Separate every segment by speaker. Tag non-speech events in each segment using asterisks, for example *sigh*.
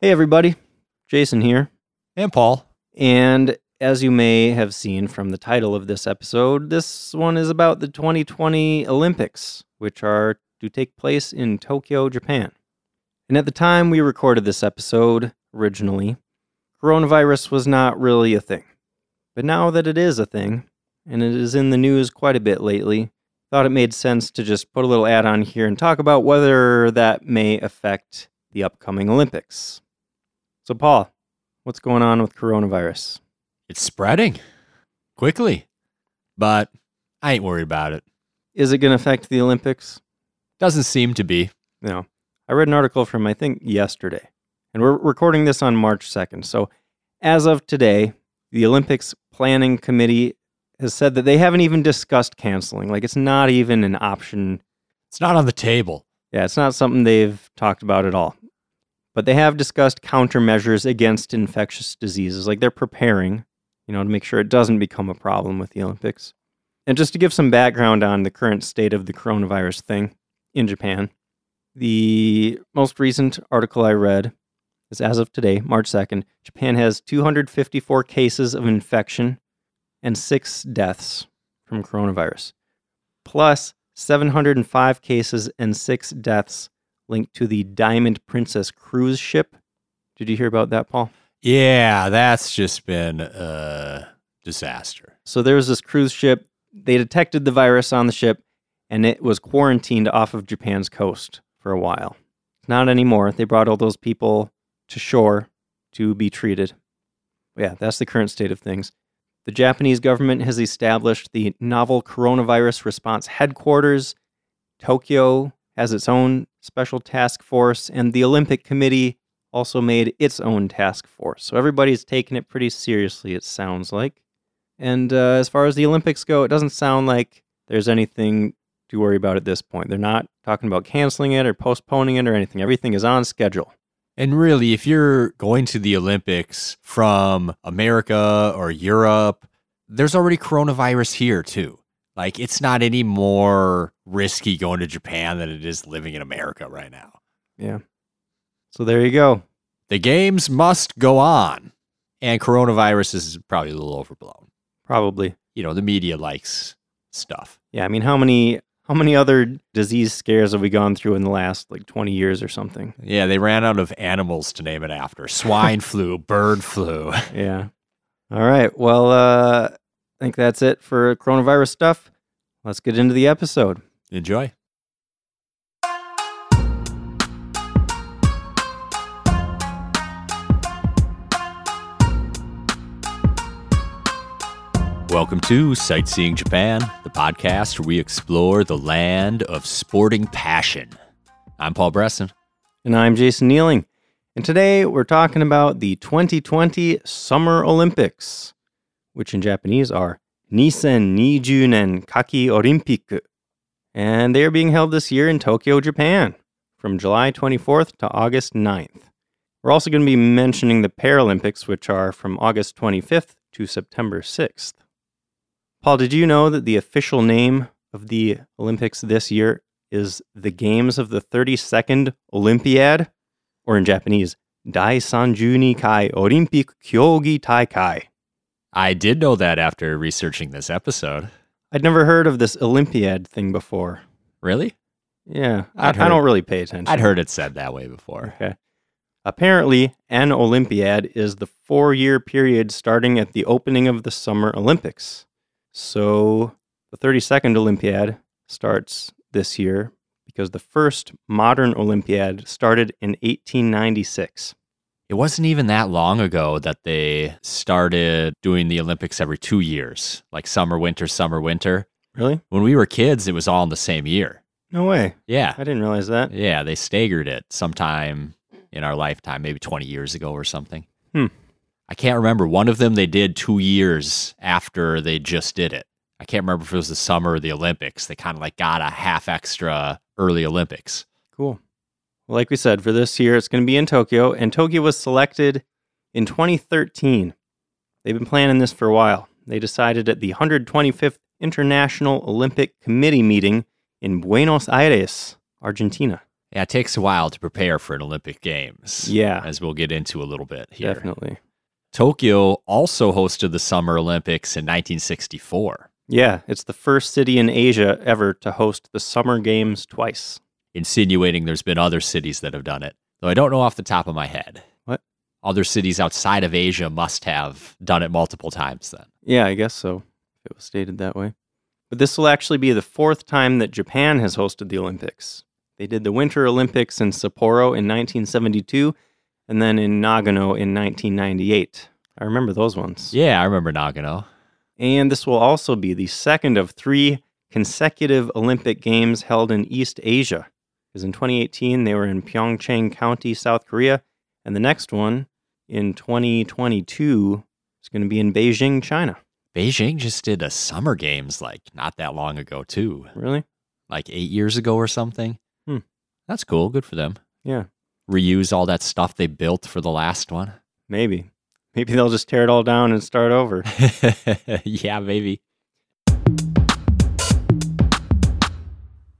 Speaker 1: Hey, everybody. Jason here.
Speaker 2: And Paul,
Speaker 1: And as you may have seen from the title of this episode, this one is about the 2020 Olympics, which are to take place in Tokyo, Japan. And at the time we recorded this episode originally, coronavirus was not really a thing. But now that it is a thing, and it is in the news quite a bit lately, thought it made sense to just put a little add on here and talk about whether that may affect the upcoming Olympics. So, Paul, what's going on with coronavirus?
Speaker 2: it's spreading quickly, but I ain't worried about it.
Speaker 1: Is it going to affect the Olympics?
Speaker 2: Doesn't seem to be.
Speaker 1: No. I read an article from, I think, yesterday, and we're recording this on March 2nd. So, as of today, the Olympics Planning Committee has said that they haven't even discussed canceling. Like, it's not even an option
Speaker 2: It's not on the table.
Speaker 1: Yeah, it's not something they've talked about at all. But they have discussed countermeasures against infectious diseases. Like they're preparing, you know, to make sure it doesn't become a problem with the Olympics. And just to give some background on the current state of the coronavirus thing in Japan, the most recent article I read is as of today, March 2nd, Japan has 254 cases of infection and six deaths from coronavirus plus 705 cases and six deaths linked to the Diamond Princess cruise ship. Did you hear about that, Paul?
Speaker 2: Yeah, that's just been a disaster.
Speaker 1: So there was this cruise ship. They detected the virus on the ship and it was quarantined off of Japan's coast for a while. Not anymore. They brought all those people to shore to be treated. Yeah, that's the current state of things. The Japanese government has established the Novel Coronavirus Response Headquarters. Tokyo has its own special task force, and the Olympic Committee also made its own task force. So everybody's taking it pretty seriously, it sounds like. And uh, as far as the Olympics go, it doesn't sound like there's anything to worry about at this point. They're not talking about canceling it or postponing it or anything. Everything is on schedule.
Speaker 2: And really, if you're going to the Olympics from America or Europe, there's already coronavirus here too. Like, it's not any more risky going to Japan than it is living in America right now.
Speaker 1: So there you go.
Speaker 2: The games must go on. And coronavirus is probably a little overblown.
Speaker 1: Probably.
Speaker 2: you know, the media likes stuff.
Speaker 1: Yeah, I mean, how many how many other disease scares have we gone through in the last like 20 years or something?
Speaker 2: Yeah, they ran out of animals to name it after *laughs* swine flu, bird flu.
Speaker 1: Yeah. All right. Well, uh I think that's it for coronavirus stuff. Let's get into the episode.
Speaker 2: Enjoy. Welcome to Sightseeing Japan, the podcast where we explore the land of sporting passion. I'm Paul Bresson.
Speaker 1: And I'm Jason Nealing. And today we're talking about the 2020 Summer Olympics, which in Japanese are Nisen nen Kaki Olympic. And they are being held this year in Tokyo, Japan, from July 24th to August 9th. We're also going to be mentioning the Paralympics, which are from August 25th to September 6th. Paul, did you know that the official name of the Olympics this year is the Games of the 32nd Olympiad, or in Japanese, Dai Sanjuni Kai Olympic Kyogi Taikai?
Speaker 2: I did know that after researching this episode.
Speaker 1: I'd never heard of this Olympiad thing before.
Speaker 2: Really?
Speaker 1: Yeah, I,
Speaker 2: I'd
Speaker 1: I don't
Speaker 2: heard-
Speaker 1: really pay attention.
Speaker 2: I'd heard it said that way before.
Speaker 1: Okay. Apparently, an Olympiad is the four year period starting at the opening of the Summer Olympics. So the 32nd Olympiad starts this year because the first modern Olympiad started in 1896.
Speaker 2: It wasn't even that long ago that they started doing the Olympics every two years, like summer, winter, summer, winter.
Speaker 1: Really?
Speaker 2: When we were kids, it was all in the same year.
Speaker 1: No way.
Speaker 2: Yeah.
Speaker 1: I didn't realize that.
Speaker 2: Yeah. They staggered it sometime in our lifetime, maybe 20 years ago or something.
Speaker 1: Hmm.
Speaker 2: I can't remember. One of them they did two years after they just did it. I can't remember if it was the summer or the Olympics. They kind of like got a half extra early Olympics.
Speaker 1: Cool. Well, like we said, for this year, it's going to be in Tokyo, and Tokyo was selected in 2013. They've been planning this for a while. They decided at the 125th International Olympic Committee meeting in Buenos Aires, Argentina.
Speaker 2: Yeah, it takes a while to prepare for an Olympic Games,
Speaker 1: Yeah,
Speaker 2: as we'll get into a little bit here.
Speaker 1: definitely.
Speaker 2: Tokyo also hosted the Summer Olympics in 1964.
Speaker 1: Yeah, it's the first city in Asia ever to host the Summer Games twice.
Speaker 2: insinuating there's been other cities that have done it, though I don't know off the top of my head.
Speaker 1: What?
Speaker 2: Other cities outside of Asia must have done it multiple times then.
Speaker 1: Yeah, I guess so. If it was stated that way. But this will actually be the fourth time that Japan has hosted the Olympics. They did the Winter Olympics in Sapporo in 1972 and then in Nagano in 1998. I remember those ones.
Speaker 2: Yeah, I remember Nagano.
Speaker 1: And this will also be the second of three consecutive Olympic Games held in East Asia. Because in 2018, they were in Pyeongchang County, South Korea. And the next one in 2022 is going to be in Beijing, China.
Speaker 2: Beijing just did a summer games like not that long ago too,
Speaker 1: Really?
Speaker 2: like eight years ago or something.
Speaker 1: Hmm.
Speaker 2: That's cool. Good for them.
Speaker 1: Yeah.
Speaker 2: Reuse all that stuff they built for the last one. *laughs*
Speaker 1: Maybe. Maybe they'll just tear it all down and start over.
Speaker 2: yeah, maybe.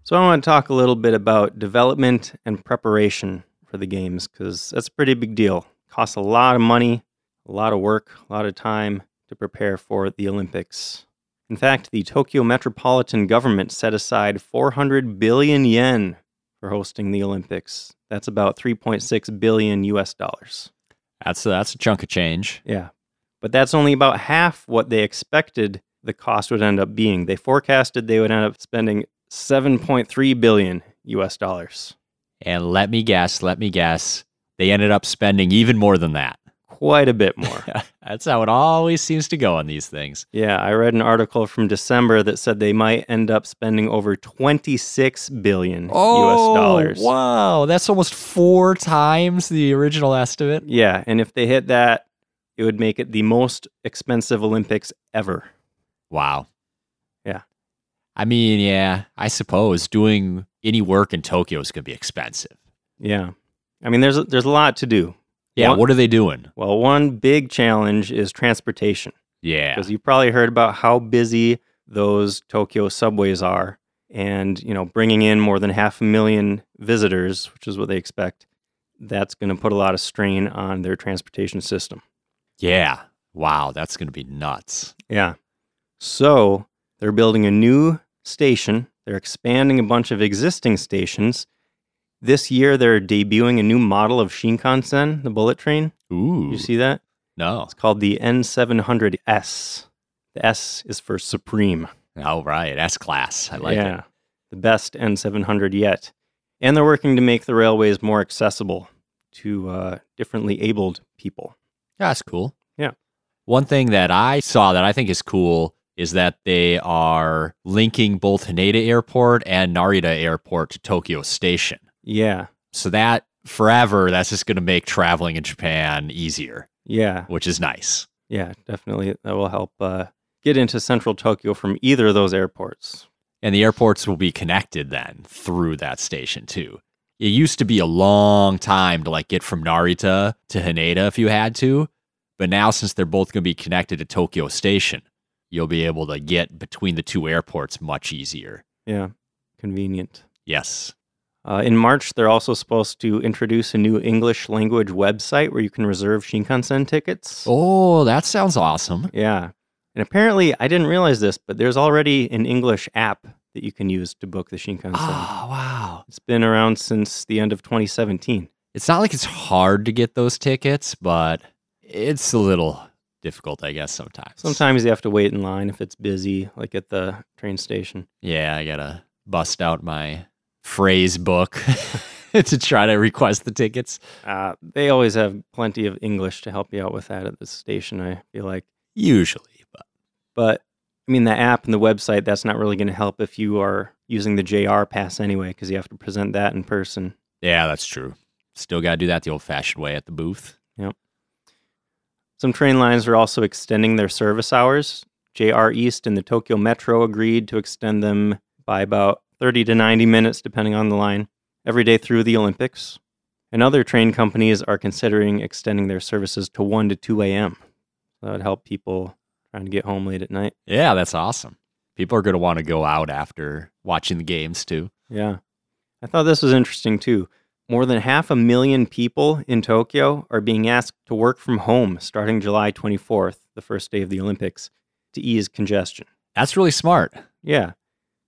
Speaker 1: So I want to talk a little bit about development and preparation for the games because that's a pretty big deal. Costs a lot of money, a lot of work, a lot of time to prepare for the Olympics. In fact, the Tokyo metropolitan government set aside 400 billion yen for hosting the Olympics. That's about 3.6 billion US dollars.
Speaker 2: That's a, that's a chunk of change.
Speaker 1: Yeah. But that's only about half what they expected the cost would end up being. They forecasted they would end up spending 7.3 billion US dollars.
Speaker 2: And let me guess, let me guess, they ended up spending even more than that. *laughs*
Speaker 1: Quite a bit more.
Speaker 2: That's how it always seems to go on these things.
Speaker 1: yeah, I read an article from December that said they might end up spending over 26 billion
Speaker 2: Oh,
Speaker 1: US dollars.
Speaker 2: Wow, that's almost four times the original estimate.
Speaker 1: Yeah, and if they hit that, it would make it the most expensive Olympics ever.
Speaker 2: Wow.
Speaker 1: Yeah.
Speaker 2: I mean, yeah, I suppose doing any work in Tokyo is going to be expensive.
Speaker 1: Yeah. I mean, there's there's a lot to do.
Speaker 2: Yeah,
Speaker 1: What-
Speaker 2: what, are they doing?
Speaker 1: Well, one big challenge is transportation.
Speaker 2: Yeah.
Speaker 1: because you probably heard about how busy those Tokyo subways are, and you know, bringing in more than half a million visitors, which is what they expect. That's going to put a lot of strain on their transportation system.
Speaker 2: Yeah. Wow, that's going to be nuts.
Speaker 1: Yeah. So they're building a new station. They're expanding a bunch of existing stations. This year, they're debuting a new model of Shinkansen, the bullet train.
Speaker 2: Ooh.
Speaker 1: You see that?
Speaker 2: No.
Speaker 1: It's called the N700S. The S is for Supreme.
Speaker 2: All right. S class. I like it.
Speaker 1: The best N700 yet. And they're working to make the railways more accessible to uh, differently abled people.
Speaker 2: Yeah, that's cool.
Speaker 1: Yeah.
Speaker 2: One thing that I saw that I think is cool is that they are linking both Haneda Airport and Narita Airport to Tokyo Station.
Speaker 1: Yeah.
Speaker 2: So that forever, that's just going to make traveling in Japan easier,
Speaker 1: Yeah.
Speaker 2: which is nice.
Speaker 1: Yeah. Definitely. That will help uh, get into central Tokyo from either of those airports.
Speaker 2: And the airports will be connected then through that station too. It used to be a long time to like get from Narita to Haneda if you had to, but now since they're both going to be connected to Tokyo Station, you'll be able to get between the two airports much easier.
Speaker 1: Yeah. Convenient.
Speaker 2: Yes.
Speaker 1: Uh, in March, they're also supposed to introduce a new English language website where you can reserve Shinkansen tickets.
Speaker 2: Oh, that sounds awesome.
Speaker 1: Yeah. And apparently, I didn't realize this, but there's already an English app that you can use to book the Shinkansen.
Speaker 2: Oh, wow.
Speaker 1: It's been around since the end of 2017.
Speaker 2: It's not like it's hard to get those tickets, but it's a little difficult, I guess, sometimes.
Speaker 1: Sometimes you have to wait in line if it's busy, like at the train station.
Speaker 2: Yeah, I gotta bust out my phrase book *laughs* to try to request the tickets.
Speaker 1: Uh, they always have plenty of English to help you out with that at the station, I feel like.
Speaker 2: Usually, but
Speaker 1: But I mean, the app and the website, that's not really going to help if you are using the JR pass anyway, because you have to present that in person.
Speaker 2: yeah, that's true. Still gotta do that the old fashioned way at the booth.
Speaker 1: Some train lines are also extending their service hours. JR East and the Tokyo Metro agreed to extend them by about 30 to 90 minutes, depending on the line, every day through the Olympics. And other train companies are considering extending their services to 1 to 2 a.m. That would help people trying to get home late at night.
Speaker 2: Yeah, that's awesome. People are gonna wanna go out after watching the games too.
Speaker 1: Yeah. I I thought this was interesting too. More than half a million people in Tokyo are being asked to work from home starting July 24th, the first day of the Olympics, to ease congestion.
Speaker 2: That's really smart.
Speaker 1: Yeah.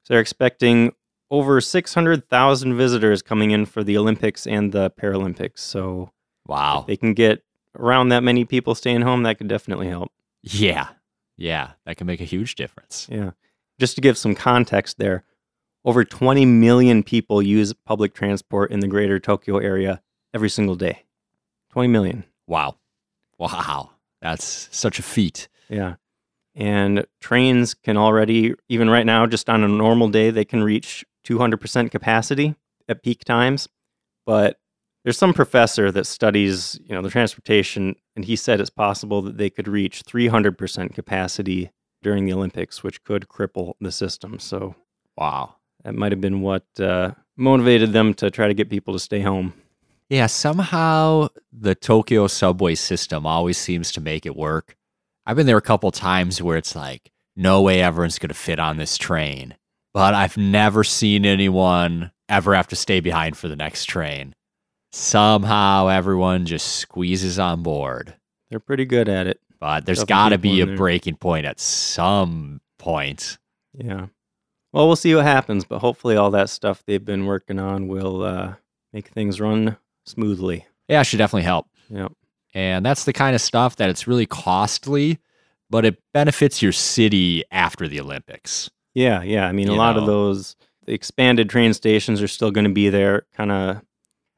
Speaker 1: So they're expecting over 600,000 visitors coming in for the Olympics and the Paralympics. So
Speaker 2: Wow.
Speaker 1: if they can get around that many people staying home, that could definitely help.
Speaker 2: Yeah. Yeah. That can make a huge difference.
Speaker 1: Yeah. Just to give some context there, over 20 million people use public transport in the greater Tokyo area every single day. 20 million.
Speaker 2: Wow. Wow. That's such a feat.
Speaker 1: Yeah. And trains can already, even right now, just on a normal day, they can reach 200% capacity at peak times. But there's some professor that studies, you know, the transportation, and he said it's possible that they could reach 300% capacity during the Olympics, which could cripple the system. So
Speaker 2: Wow.
Speaker 1: that might have been what uh, motivated them to try to get people to stay home.
Speaker 2: Yeah, somehow the Tokyo subway system always seems to make it work. I've been there a couple times where it's like, no way everyone's going to fit on this train. But I've never seen anyone ever have to stay behind for the next train. Somehow everyone just squeezes on board.
Speaker 1: They're pretty good at it.
Speaker 2: But there's
Speaker 1: Stuffing
Speaker 2: got to
Speaker 1: people
Speaker 2: be a
Speaker 1: in there.
Speaker 2: breaking point at some point.
Speaker 1: Yeah. Well, we'll see what happens, but hopefully, all that stuff they've been working on will uh, make things run smoothly.
Speaker 2: Yeah, it should definitely help.
Speaker 1: Yep.
Speaker 2: And that's the kind of stuff that it's really costly, but it benefits your city after the Olympics.
Speaker 1: Yeah, yeah. I mean, a
Speaker 2: You
Speaker 1: lot of
Speaker 2: know.
Speaker 1: those the expanded train stations are still going to be there. Kind of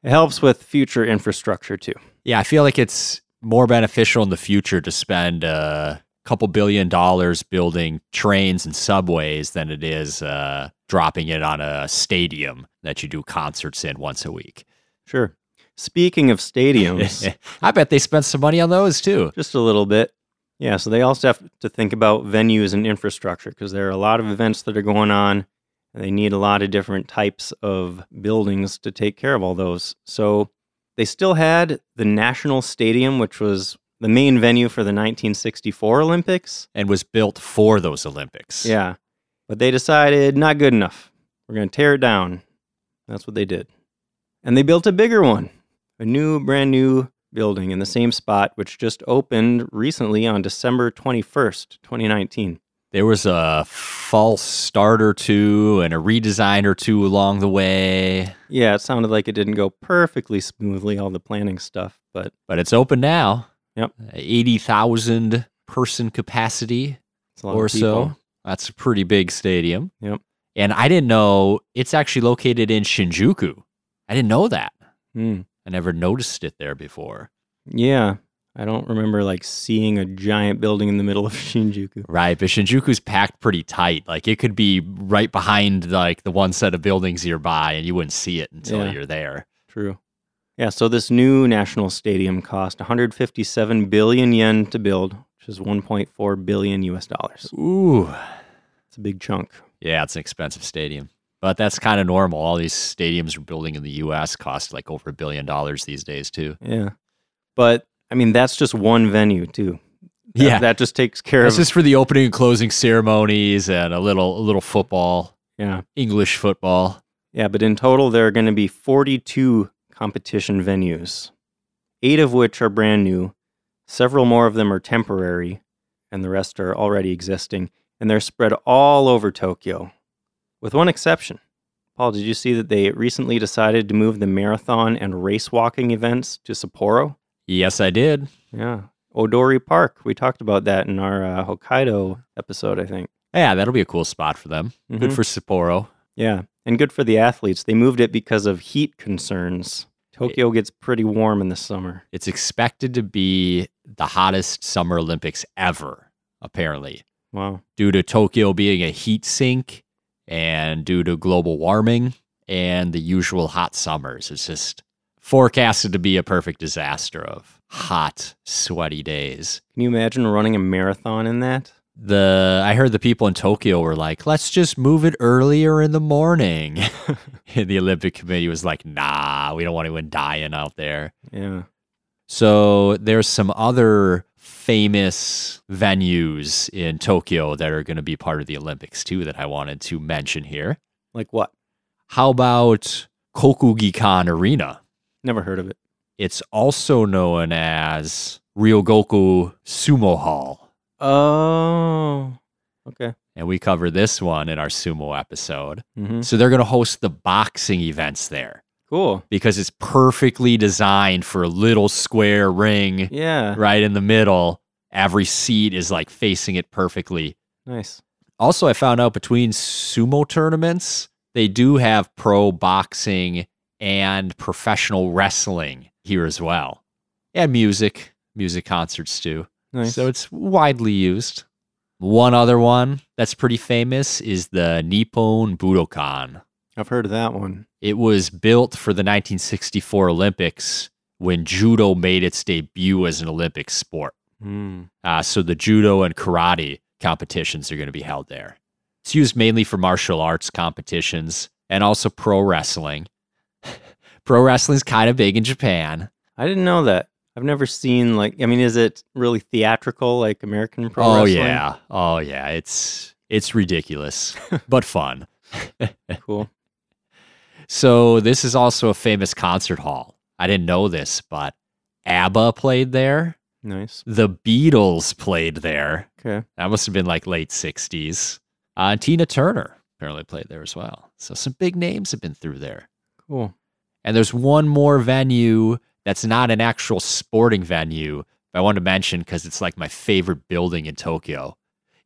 Speaker 1: it helps with future infrastructure too.
Speaker 2: Yeah, I feel like it's more beneficial in the future to spend a couple billion dollars building trains and subways than it is uh, dropping it on a stadium that you do concerts in once a week.
Speaker 1: Sure. Speaking of
Speaker 2: *laughs*
Speaker 1: stadiums,
Speaker 2: I bet they spent some money on those too.
Speaker 1: just a little bit. Yeah, so they also have to think about venues and infrastructure because there are a lot of events that are going on and they need a lot of different types of buildings to take care of all those. So they still had the National Stadium, which was the main venue for the 1964 Olympics.
Speaker 2: And was built for those Olympics.
Speaker 1: Yeah, but they decided not good enough. We're going to tear it down. That's what they did. And they built a bigger one, a new, brand new building in the same spot, which just opened recently on December 21st, 2019.
Speaker 2: There was a false start or two and a redesign or two along the way,
Speaker 1: Yeah, it sounded like it didn't go perfectly smoothly, all the planning stuff, but
Speaker 2: but it's open now.
Speaker 1: Yep.
Speaker 2: 80,000 person capacity
Speaker 1: it's a lot
Speaker 2: or
Speaker 1: of people.
Speaker 2: so. That's a pretty big stadium.
Speaker 1: Yep.
Speaker 2: And I didn't know it's actually located in Shinjuku. I didn't know that.
Speaker 1: Hmm.
Speaker 2: I never noticed it there before.
Speaker 1: Yeah, I don't remember like seeing a giant building in the middle of *laughs* Shinjuku.
Speaker 2: Right, but Shinjuku's packed pretty tight. Like it could be right behind like the one set of buildings nearby and you wouldn't see it until
Speaker 1: Yeah.
Speaker 2: you're there.
Speaker 1: True. Yeah, so this new national stadium cost 157 billion yen to build, which is 1.4 billion US dollars.
Speaker 2: Ooh.
Speaker 1: It's a big chunk.
Speaker 2: Yeah, it's an expensive stadium. But that's kind of normal. All these stadiums we're building in the US cost like over a billion dollars these days too.
Speaker 1: Yeah. But I mean, that's just one venue, too. That-
Speaker 2: Yeah.
Speaker 1: That just takes care
Speaker 2: That's
Speaker 1: of
Speaker 2: just for the opening and closing ceremonies and a little a little football,
Speaker 1: Yeah.
Speaker 2: English football.
Speaker 1: Yeah, but in total there are going to be 42 competition venues. 8 of which are brand new. Several more of them are temporary, and the rest are already existing, and they're spread all over Tokyo, with one exception. Paul, did you see that they recently decided to move the marathon and race walking events to Sapporo?
Speaker 2: Yes, I did.
Speaker 1: Yeah. Odori Park. We talked about that in our uh, Hokkaido episode, I think.
Speaker 2: Yeah, that'll be a cool spot for them. Good
Speaker 1: Mhm.
Speaker 2: for Sapporo.
Speaker 1: Yeah, and good for the athletes. They moved it because of heat concerns. Tokyo gets pretty warm in the summer.
Speaker 2: It's expected to be the hottest summer Olympics ever, apparently,
Speaker 1: Wow.
Speaker 2: due to Tokyo being a heat sink and due to global warming and the usual hot summers. It's just forecasted to be a perfect disaster of hot, sweaty days.
Speaker 1: Can you imagine running a marathon in that?
Speaker 2: the I heard the people in Tokyo were like, let's just move it earlier in the morning. *laughs* and the Olympic Committee was like, nah, we don't want anyone dying out there.
Speaker 1: Yeah.
Speaker 2: So there's some other famous venues in Tokyo that are going to be part of the Olympics too that I wanted to mention here.
Speaker 1: Like what?
Speaker 2: How about Kokugikan Arena.
Speaker 1: Never heard of it.
Speaker 2: It's also known as Ryogoku Sumo Hall.
Speaker 1: Oh, okay.
Speaker 2: And we covered this one in our sumo episode.
Speaker 1: Mm-hmm.
Speaker 2: So they're going to host the boxing events there
Speaker 1: Cool.
Speaker 2: because it's perfectly designed for a little square ring
Speaker 1: Yeah.
Speaker 2: right in the middle. Every seat is like facing it perfectly.
Speaker 1: Nice.
Speaker 2: Also, I found out between sumo tournaments, they do have pro boxing and professional wrestling here as well, and music, music concerts too.
Speaker 1: Nice.
Speaker 2: So it's widely used. One other one that's pretty famous is the Nippon Budokan.
Speaker 1: I've heard of that one.
Speaker 2: It was built for the 1964 Olympics when judo made its debut as an Olympic sport.
Speaker 1: Mm.
Speaker 2: Uh, so the judo and karate competitions are going to be held there. It's used mainly for martial arts competitions and also pro wrestling. *laughs* pro wrestling's kind of big in Japan.
Speaker 1: I didn't know that. I've never seen like. I mean, is it really theatrical like American pro
Speaker 2: oh
Speaker 1: wrestling?
Speaker 2: yeah, oh yeah. It's it's ridiculous, *laughs* but fun.
Speaker 1: Cool.
Speaker 2: So this is also a famous concert hall. I didn't know this, but ABBA played there.
Speaker 1: Nice.
Speaker 2: The Beatles played there.
Speaker 1: Okay.
Speaker 2: That must have been like late 60s. Uh, and Tina Turner apparently played there as well. So some big names have been through there.
Speaker 1: Cool.
Speaker 2: And there's one more venue that's not an actual sporting venue. But I wanted to mention because it's like my favorite building in Tokyo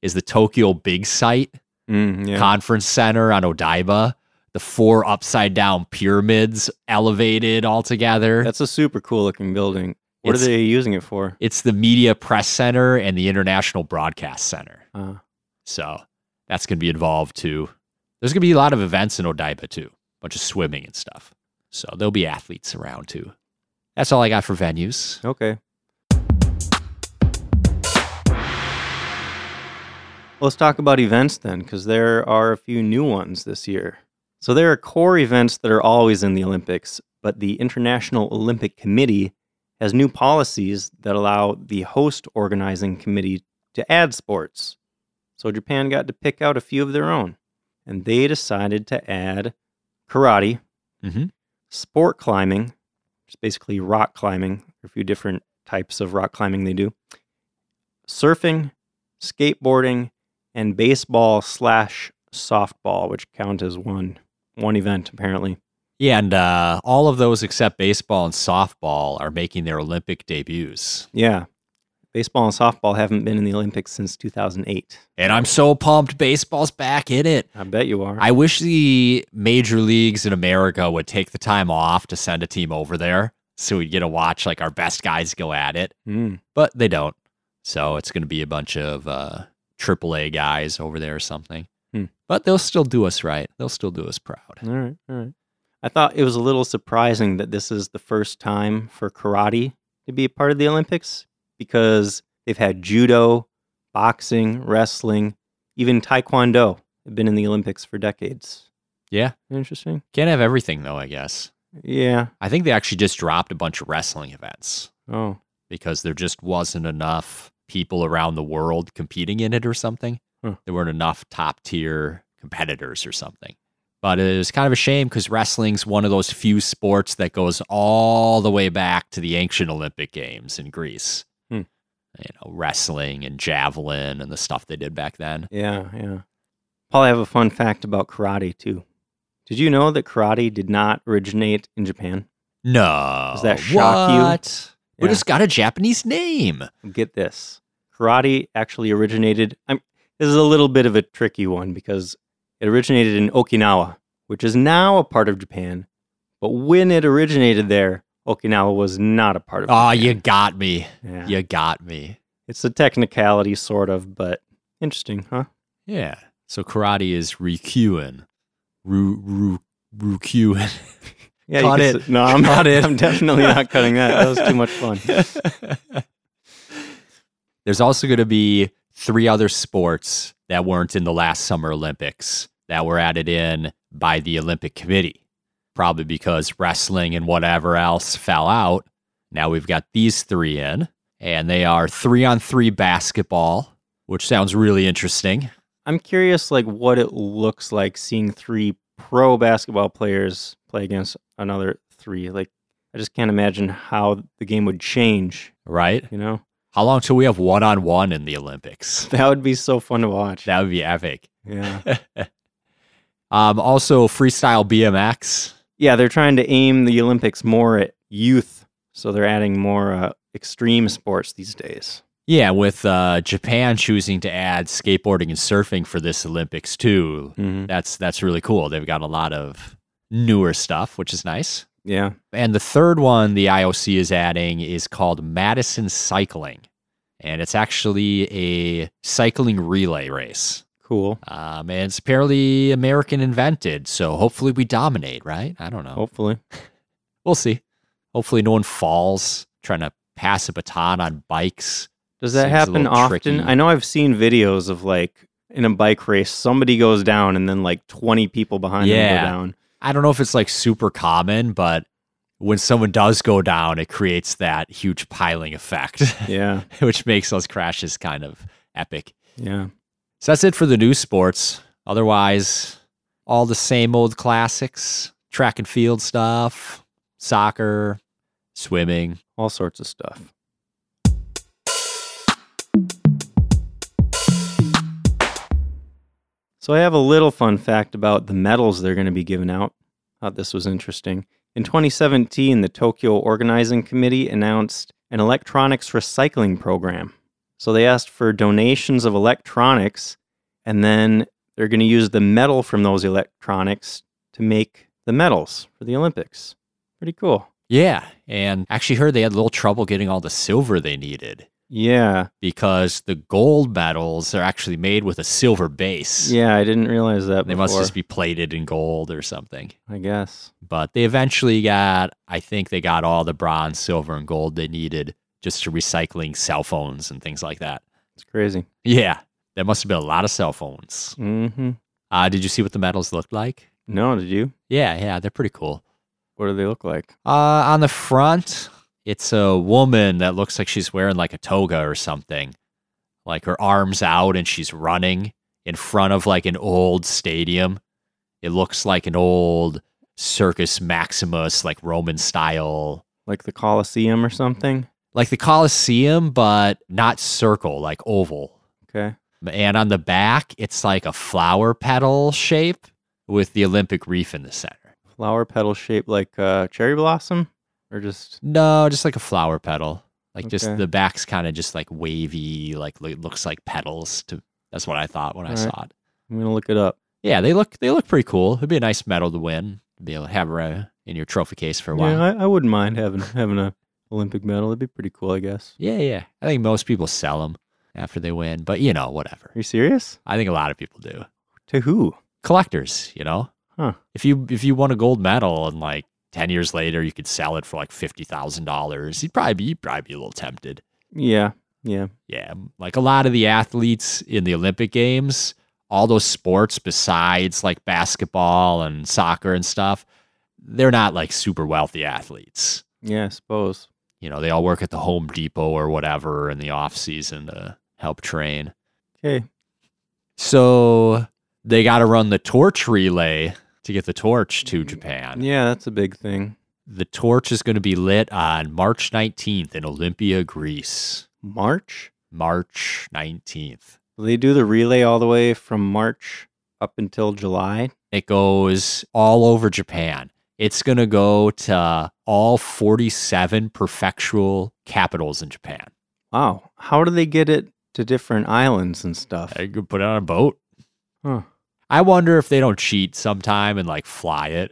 Speaker 2: is the Tokyo Big Site
Speaker 1: Mm, yeah.
Speaker 2: Conference Center on Odaiba. The four upside down pyramids elevated all together.
Speaker 1: That's a super cool looking building. What
Speaker 2: It's-
Speaker 1: are they using it for?
Speaker 2: it's the Media Press Center and the International Broadcast Center.
Speaker 1: Uh,
Speaker 2: So that's going to be involved too. There's going to be a lot of events in Odaiba too, bunch of swimming and stuff. So there'll be athletes around too. That's all I got for venues.
Speaker 1: okay. Let's talk about events then, because there are a few new ones this year. So there are core events that are always in the Olympics, but the International Olympic Committee has new policies that allow the host organizing committee to add sports. So Japan got to pick out a few of their own, and they decided to add karate,
Speaker 2: Mhm.
Speaker 1: sport climbing, which is basically rock climbing, a few different types of rock climbing they do, surfing, skateboarding, and baseball slash softball, which count as one one event apparently.
Speaker 2: Yeah, and uh, all of those except baseball and softball are making their Olympic debuts.
Speaker 1: Yeah. Baseball and softball haven't been in the Olympics since 2008.
Speaker 2: And I'm so pumped. Baseball's back in it.
Speaker 1: I bet you are.
Speaker 2: I wish the major leagues in America would take the time off to send a team over there so we'd get to watch like our best guys go at it.
Speaker 1: Mm,
Speaker 2: but they don't. So it's going to be a bunch of uh, AAA guys over there or something.
Speaker 1: Hmm.
Speaker 2: But they'll still do us right. They'll still do us proud.
Speaker 1: all right, all right. I thought it was a little surprising that this is the first time for karate to be a part of the Olympics because they've had judo, boxing, wrestling, even taekwondo have been in the Olympics for decades.
Speaker 2: Yeah.
Speaker 1: Interesting.
Speaker 2: Can't have everything, though, I guess.
Speaker 1: Yeah.
Speaker 2: I think they actually just dropped a bunch of wrestling events
Speaker 1: Oh,
Speaker 2: because there just wasn't enough people around the world competing in it or something.
Speaker 1: Huh.
Speaker 2: There weren't enough top tier competitors or something. But it was kind of a shame because wrestling's one of those few sports that goes all the way back to the ancient Olympic Games in Greece.
Speaker 1: Hmm.
Speaker 2: You know, wrestling and javelin and the stuff they did back then.
Speaker 1: yeah, yeah. Paul, I have a fun fact about karate too. Did you know that karate did not originate in Japan?
Speaker 2: No.
Speaker 1: Does that shock you?
Speaker 2: what? But
Speaker 1: Yeah.
Speaker 2: it's got a Japanese name.
Speaker 1: get this karate actually originated I'm, this is a little bit of a tricky one because it originated in okinawa which is now a part of japan but when it originated there okinawa was not a part of
Speaker 2: Oh, you
Speaker 1: Japan.
Speaker 2: got me.
Speaker 1: yeah
Speaker 2: You got me.
Speaker 1: it's a technicality sort of but interesting huh
Speaker 2: Yeah. So karate is Ryukyuan. Ru Ru
Speaker 1: *laughs*
Speaker 2: Ryukyuan.
Speaker 1: yeah
Speaker 2: Cut
Speaker 1: could
Speaker 2: it.
Speaker 1: s- no i'm *laughs*
Speaker 2: Cut
Speaker 1: not
Speaker 2: it.
Speaker 1: Um, i'm definitely not cutting that that was too much
Speaker 2: *laughs*
Speaker 1: fun
Speaker 2: There's also going to be three other sports that weren't in the last Summer Olympics that were added in by the Olympic Committee, probably because wrestling and whatever else fell out. Now we've got these three in, and they are three on three basketball, which sounds really interesting.
Speaker 1: i'm curious like what it looks like seeing three pro basketball players play against another three. Like, I just can't imagine how the game would change,
Speaker 2: right?
Speaker 1: you know? *laughs*
Speaker 2: How long till we have one on one in the Olympics?
Speaker 1: That would be so fun to watch.
Speaker 2: That would be epic.
Speaker 1: yeah.
Speaker 2: Um, also, freestyle BMX.
Speaker 1: Yeah, they're trying to aim the Olympics more at youth. So they're adding more uh, extreme sports these days.
Speaker 2: Yeah, with uh, Japan choosing to add skateboarding and surfing for this Olympics too.
Speaker 1: Mm-hmm.
Speaker 2: That's that's really cool. They've got a lot of newer stuff, which is nice.
Speaker 1: Yeah.
Speaker 2: And the third one the IOC is adding is called Madison Cycling. And it's actually a cycling relay race.
Speaker 1: Cool.
Speaker 2: Um, and it's apparently American invented. So hopefully we dominate, right? I don't know.
Speaker 1: Hopefully.
Speaker 2: We'll see. Hopefully no one falls trying to pass a baton on bikes.
Speaker 1: Does that
Speaker 2: Seems a
Speaker 1: happen
Speaker 2: little
Speaker 1: often?
Speaker 2: tricky.
Speaker 1: I know I've seen videos of like in a bike race, somebody goes down and then like 20 people behind them
Speaker 2: Yeah.
Speaker 1: go down.
Speaker 2: I don't know if it's like super common, but when someone does go down, it creates that huge piling effect, *laughs*
Speaker 1: Yeah.
Speaker 2: which makes those crashes kind of epic.
Speaker 1: Yeah.
Speaker 2: So that's it for the new sports. Otherwise, all the same old classics track and field stuff, soccer, swimming.
Speaker 1: All sorts of stuff. So I have a little fun fact about the medals they're going to be giving out. Thought this was interesting. In 2017, the Tokyo Organizing Committee announced an electronics recycling program. So they asked for donations of electronics, and then they're going to use the metal from those electronics to make the medals for the Olympics. Pretty cool.
Speaker 2: Yeah. And actually heard they had a little trouble getting all the silver they needed
Speaker 1: Yeah.
Speaker 2: because the gold medals are actually made with a silver base.
Speaker 1: Yeah, I didn't realize that
Speaker 2: They
Speaker 1: before.
Speaker 2: must just be plated in gold or something.
Speaker 1: I guess.
Speaker 2: But they eventually got, I think they got all the bronze, silver, and gold they needed just to recycling cell phones and things like that.
Speaker 1: It's crazy.
Speaker 2: Yeah, there must have been a lot of cell phones.
Speaker 1: Mm-hmm.
Speaker 2: Uh, did you see what the medals looked like?
Speaker 1: No, did you?
Speaker 2: Yeah, yeah, they're pretty cool.
Speaker 1: What do they look like?
Speaker 2: Uh, on the front, it's a woman that looks like she's wearing like a toga or something, like her arms out and she's running in front of like an old stadium. It looks like an old Circus Maximus, like Roman style
Speaker 1: Like the Colosseum or something?
Speaker 2: like the Colosseum, but not circle, like oval.
Speaker 1: Okay.
Speaker 2: And on the back, it's like a flower petal shape with the Olympic reef in the center.
Speaker 1: Flower petal shaped like uh, cherry blossom? Or just.
Speaker 2: No, just like a flower petal. Like
Speaker 1: Okay.
Speaker 2: just the back's kind of just like wavy, like lo- looks like petals. To that's what I thought when I
Speaker 1: All right.
Speaker 2: saw it.
Speaker 1: I'm going to look it up.
Speaker 2: Yeah, they look they look pretty cool. It'd be a nice medal to win. Be able to have around in your trophy case for a while.
Speaker 1: Yeah, I, I wouldn't mind having *laughs* having a Olympic medal. It'd be pretty cool, I guess.
Speaker 2: yeah, yeah. I think most people sell them after they win, but you know, whatever.
Speaker 1: Are you serious?
Speaker 2: I think a lot of people do.
Speaker 1: To who?
Speaker 2: collectors, you know?
Speaker 1: Huh.
Speaker 2: If you if you won a gold medal and like ten years later you could sell it for like fifty thousand dollars, you'd probably be you'd probably be a little tempted.
Speaker 1: Yeah. Yeah.
Speaker 2: Yeah. Like a lot of the athletes in the Olympic games, all those sports besides like basketball and soccer and stuff, they're not like super wealthy athletes.
Speaker 1: Yeah, I suppose.
Speaker 2: You know, they all work at the Home Depot or whatever in the off season to help train.
Speaker 1: Okay.
Speaker 2: So they got to run the torch relay to get the torch to Japan.
Speaker 1: Yeah, that's a big thing.
Speaker 2: The torch is going to be lit on March 19th in Olympia, Greece.
Speaker 1: March?
Speaker 2: March 19th.
Speaker 1: Will they do the relay all the way from March up until July?
Speaker 2: It goes all over Japan. It's going to go to all 47 prefectural capitals in Japan.
Speaker 1: Wow. How do they get it to different islands and stuff?
Speaker 2: They could put it on a boat.
Speaker 1: Huh.
Speaker 2: I wonder if they don't cheat sometime and like fly it.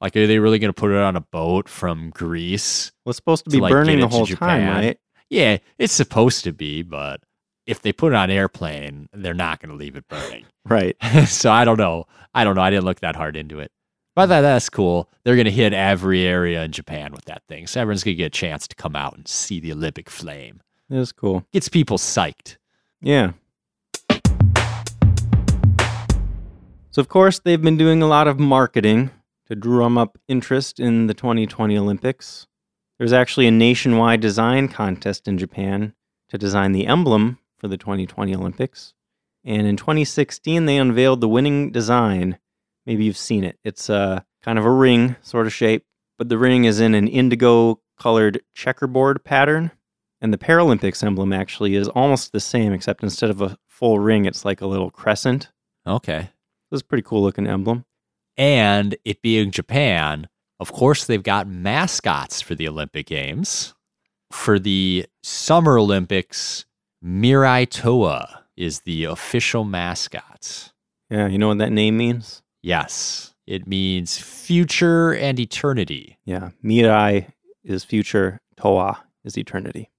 Speaker 2: Like, are they really going to put it on a boat from Greece?
Speaker 1: Well, it's supposed to
Speaker 2: to,
Speaker 1: be
Speaker 2: like,
Speaker 1: burning
Speaker 2: get
Speaker 1: the
Speaker 2: it to
Speaker 1: whole time,
Speaker 2: Japan.
Speaker 1: right?
Speaker 2: Yeah, it's supposed to be, but if they put it on airplane, they're not going to leave it burning.
Speaker 1: Right.
Speaker 2: *laughs* so I don't know. I don't know. I didn't look that hard into it. But that, that's cool. They're going to hit every area in Japan with that thing. So everyone's going to get a chance to come out and see the Olympic flame.
Speaker 1: It is cool.
Speaker 2: Gets people psyched.
Speaker 1: Yeah. So, of course, they've been doing a lot of marketing to drum up interest in the 2020 Olympics. There was actually a nationwide design contest in Japan to design the emblem for the 2020 Olympics. And in 2016, they unveiled the winning design Maybe you've seen it. It's a kind of a ring sort of shape, but the ring is in an indigo colored checkerboard pattern. And the Paralympics emblem actually is almost the same, except instead of a full ring, it's like a little crescent.
Speaker 2: Okay.
Speaker 1: It's a pretty cool looking emblem.
Speaker 2: And it being Japan, of course, they've got mascots for the Olympic Games. For the Summer Olympics, Mirai Toa is the official mascot.
Speaker 1: Yeah, you know what that name means?
Speaker 2: Yes, it means future and eternity.
Speaker 1: Yeah, Mirai is future, Toa is eternity.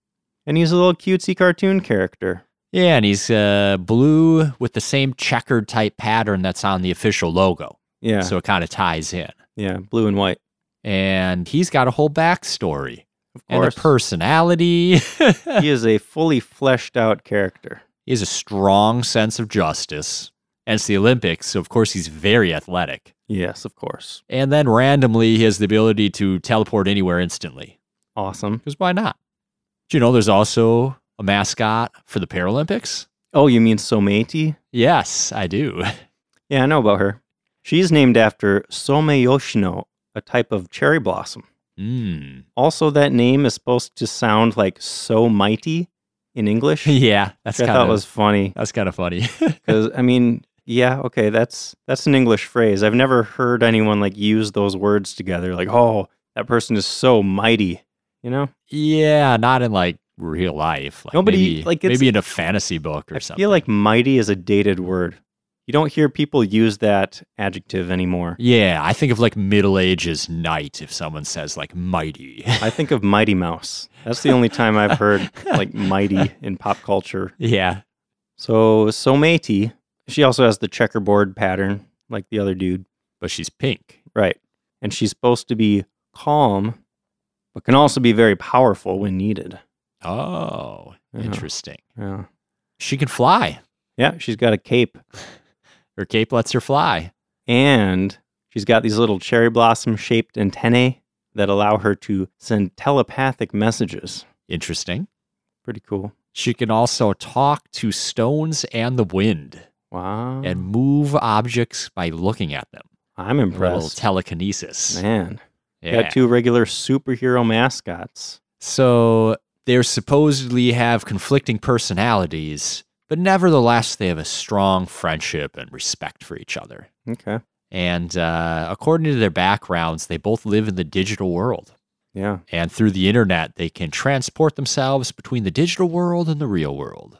Speaker 1: And he's a little cutesy cartoon character.
Speaker 2: Yeah, and he's uh, blue with the same checkered type pattern that's on the official logo.
Speaker 1: Yeah,
Speaker 2: So it kind of ties in.
Speaker 1: yeah, blue and white.
Speaker 2: And he's got a whole backstory
Speaker 1: Of
Speaker 2: and a
Speaker 1: course,
Speaker 2: personality. *laughs*
Speaker 1: he is a fully fleshed out character.
Speaker 2: He has a strong sense of justice. And it's the Olympics, so of course he's very athletic.
Speaker 1: Yes, of course.
Speaker 2: And then randomly, he has the ability to teleport anywhere instantly.
Speaker 1: Awesome.
Speaker 2: Because why not? Do you know there's also a mascot for the Paralympics?
Speaker 1: Oh, you mean Someti?
Speaker 2: Yes, I do. *laughs*
Speaker 1: Yeah, I know about her. She's named after Some Yoshino, a type of cherry blossom.
Speaker 2: Mm.
Speaker 1: Also, that name is supposed to sound like so mighty in English. which
Speaker 2: *laughs* *laughs* Yeah, that's
Speaker 1: I
Speaker 2: kind
Speaker 1: thought
Speaker 2: of
Speaker 1: was
Speaker 2: *laughs*
Speaker 1: funny.
Speaker 2: that's kind of funny.
Speaker 1: Because I mean, yeah, okay, that's that's an English phrase. I've never heard anyone like use those words together. Like, oh, that person is so mighty. You know,
Speaker 2: yeah, not in like real life. Like
Speaker 1: Nobody-
Speaker 2: maybe,
Speaker 1: like, it's-
Speaker 2: maybe in a fantasy book or
Speaker 1: I
Speaker 2: something.
Speaker 1: feel like mighty is a dated word. You don't hear people use that adjective
Speaker 2: *laughs*
Speaker 1: anymore.
Speaker 2: yeah, I think of like Middle Ages knight if someone says like mighty.
Speaker 1: I think of Mighty Mouse. That's the only time I've
Speaker 2: *laughs*
Speaker 1: heard like mighty in pop culture.
Speaker 2: yeah,
Speaker 1: So Someti, she also has the checkerboard pattern like the other dude.
Speaker 2: but she's pink.
Speaker 1: Right. And she's supposed to be calm, but can also be very powerful when needed.
Speaker 2: Oh,
Speaker 1: Yeah.
Speaker 2: interesting.
Speaker 1: Yeah.
Speaker 2: She can fly.
Speaker 1: Yeah. She's got a cape
Speaker 2: Her cape lets her fly.
Speaker 1: and she's got these little cherry blossom shaped antennae that allow her to send telepathic messages.
Speaker 2: Interesting.
Speaker 1: Pretty cool.
Speaker 2: She can also talk to stones and the wind
Speaker 1: Wow.
Speaker 2: and move objects by looking at them.
Speaker 1: I'm
Speaker 2: A little
Speaker 1: impressed.
Speaker 2: telekinesis.
Speaker 1: Man.
Speaker 2: Yeah.
Speaker 1: Got two regular superhero mascots.
Speaker 2: So they supposedly have conflicting personalities, but nevertheless, they have a strong friendship and respect for each other.
Speaker 1: Okay.
Speaker 2: And uh, according to their backgrounds, they both live in the digital world.
Speaker 1: Yeah.
Speaker 2: And through the internet, they can transport themselves between the digital world and the real world.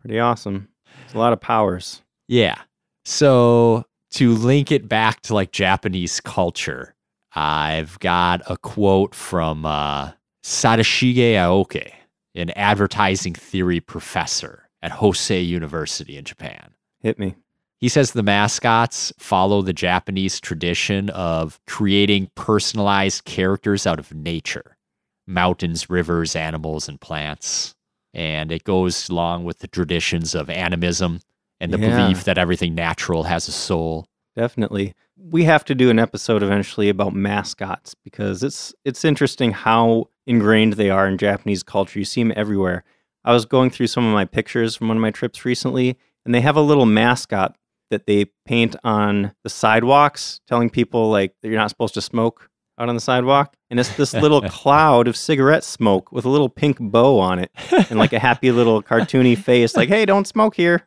Speaker 1: Pretty awesome. It's a lot of powers.
Speaker 2: Yeah. So to link it back to like Japanese culture, I've got a quote from uh, Sadashige Aoke, an advertising theory professor at Hosei University in Japan.
Speaker 1: Hit me.
Speaker 2: He says the mascots follow the Japanese tradition of creating personalized characters out of nature mountains, rivers, animals, and plants. And it goes along with the traditions of animism and the
Speaker 1: Yeah.
Speaker 2: belief that everything natural has a soul.
Speaker 1: Definitely. We have to do an episode eventually about mascots because it's it's interesting how ingrained they are in Japanese culture. You see them everywhere. I was going through some of my pictures from one of my trips recently, and they have a little mascot that they paint on the sidewalks, telling people like that you're not supposed to smoke out on the sidewalk. And it's this little cloud of cigarette smoke with a little pink bow on it and like a happy
Speaker 2: *laughs*
Speaker 1: little cartoony face, like, hey, don't smoke here.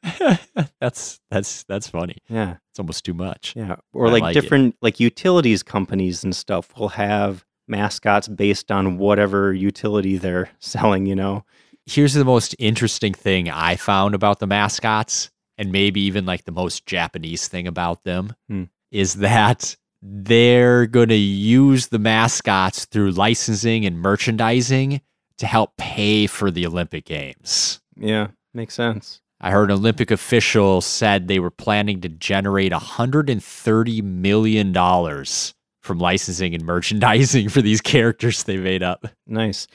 Speaker 2: that's that's that's funny.
Speaker 1: Yeah.
Speaker 2: It's almost too much.
Speaker 1: Yeah, or
Speaker 2: I
Speaker 1: like,
Speaker 2: like it.
Speaker 1: different like utilities companies and stuff will have mascots based on whatever utility they're *laughs* selling, you know.
Speaker 2: here's the most interesting thing I found about the mascots, and maybe even like the most Japanese thing about them
Speaker 1: Hmm.
Speaker 2: is that they're going to use the mascots through licensing and merchandising to help pay for the Olympic Games.
Speaker 1: Yeah, makes sense.
Speaker 2: I heard an Olympic official said they were planning to generate $130 million from licensing and merchandising *laughs* for these characters they made up.
Speaker 1: Nice.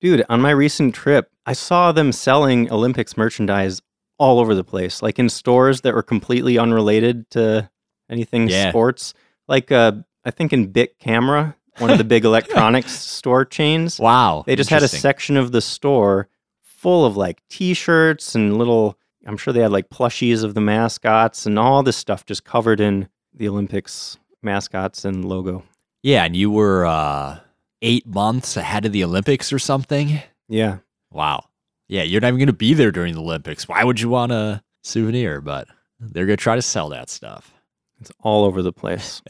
Speaker 1: Dude, on my recent trip, I saw them selling Olympics merchandise all over the place, like in stores that were completely unrelated to anything
Speaker 2: Yeah.
Speaker 1: sports. Like uh I think in Bit Camera, one of the *laughs* big electronics store chains.
Speaker 2: Wow.
Speaker 1: They just had a
Speaker 2: interesting.
Speaker 1: section of the store full of like t-shirts and little I'm sure they had like plushies of the mascots and all this stuff just covered in the Olympics mascots and logo.
Speaker 2: Yeah, and you were uh, eight months ahead of the Olympics or something.
Speaker 1: Yeah.
Speaker 2: Wow. Yeah, you're not even going to be there during the Olympics. Why would you want a souvenir? But they're going to try to sell that stuff.
Speaker 1: It's all over the place.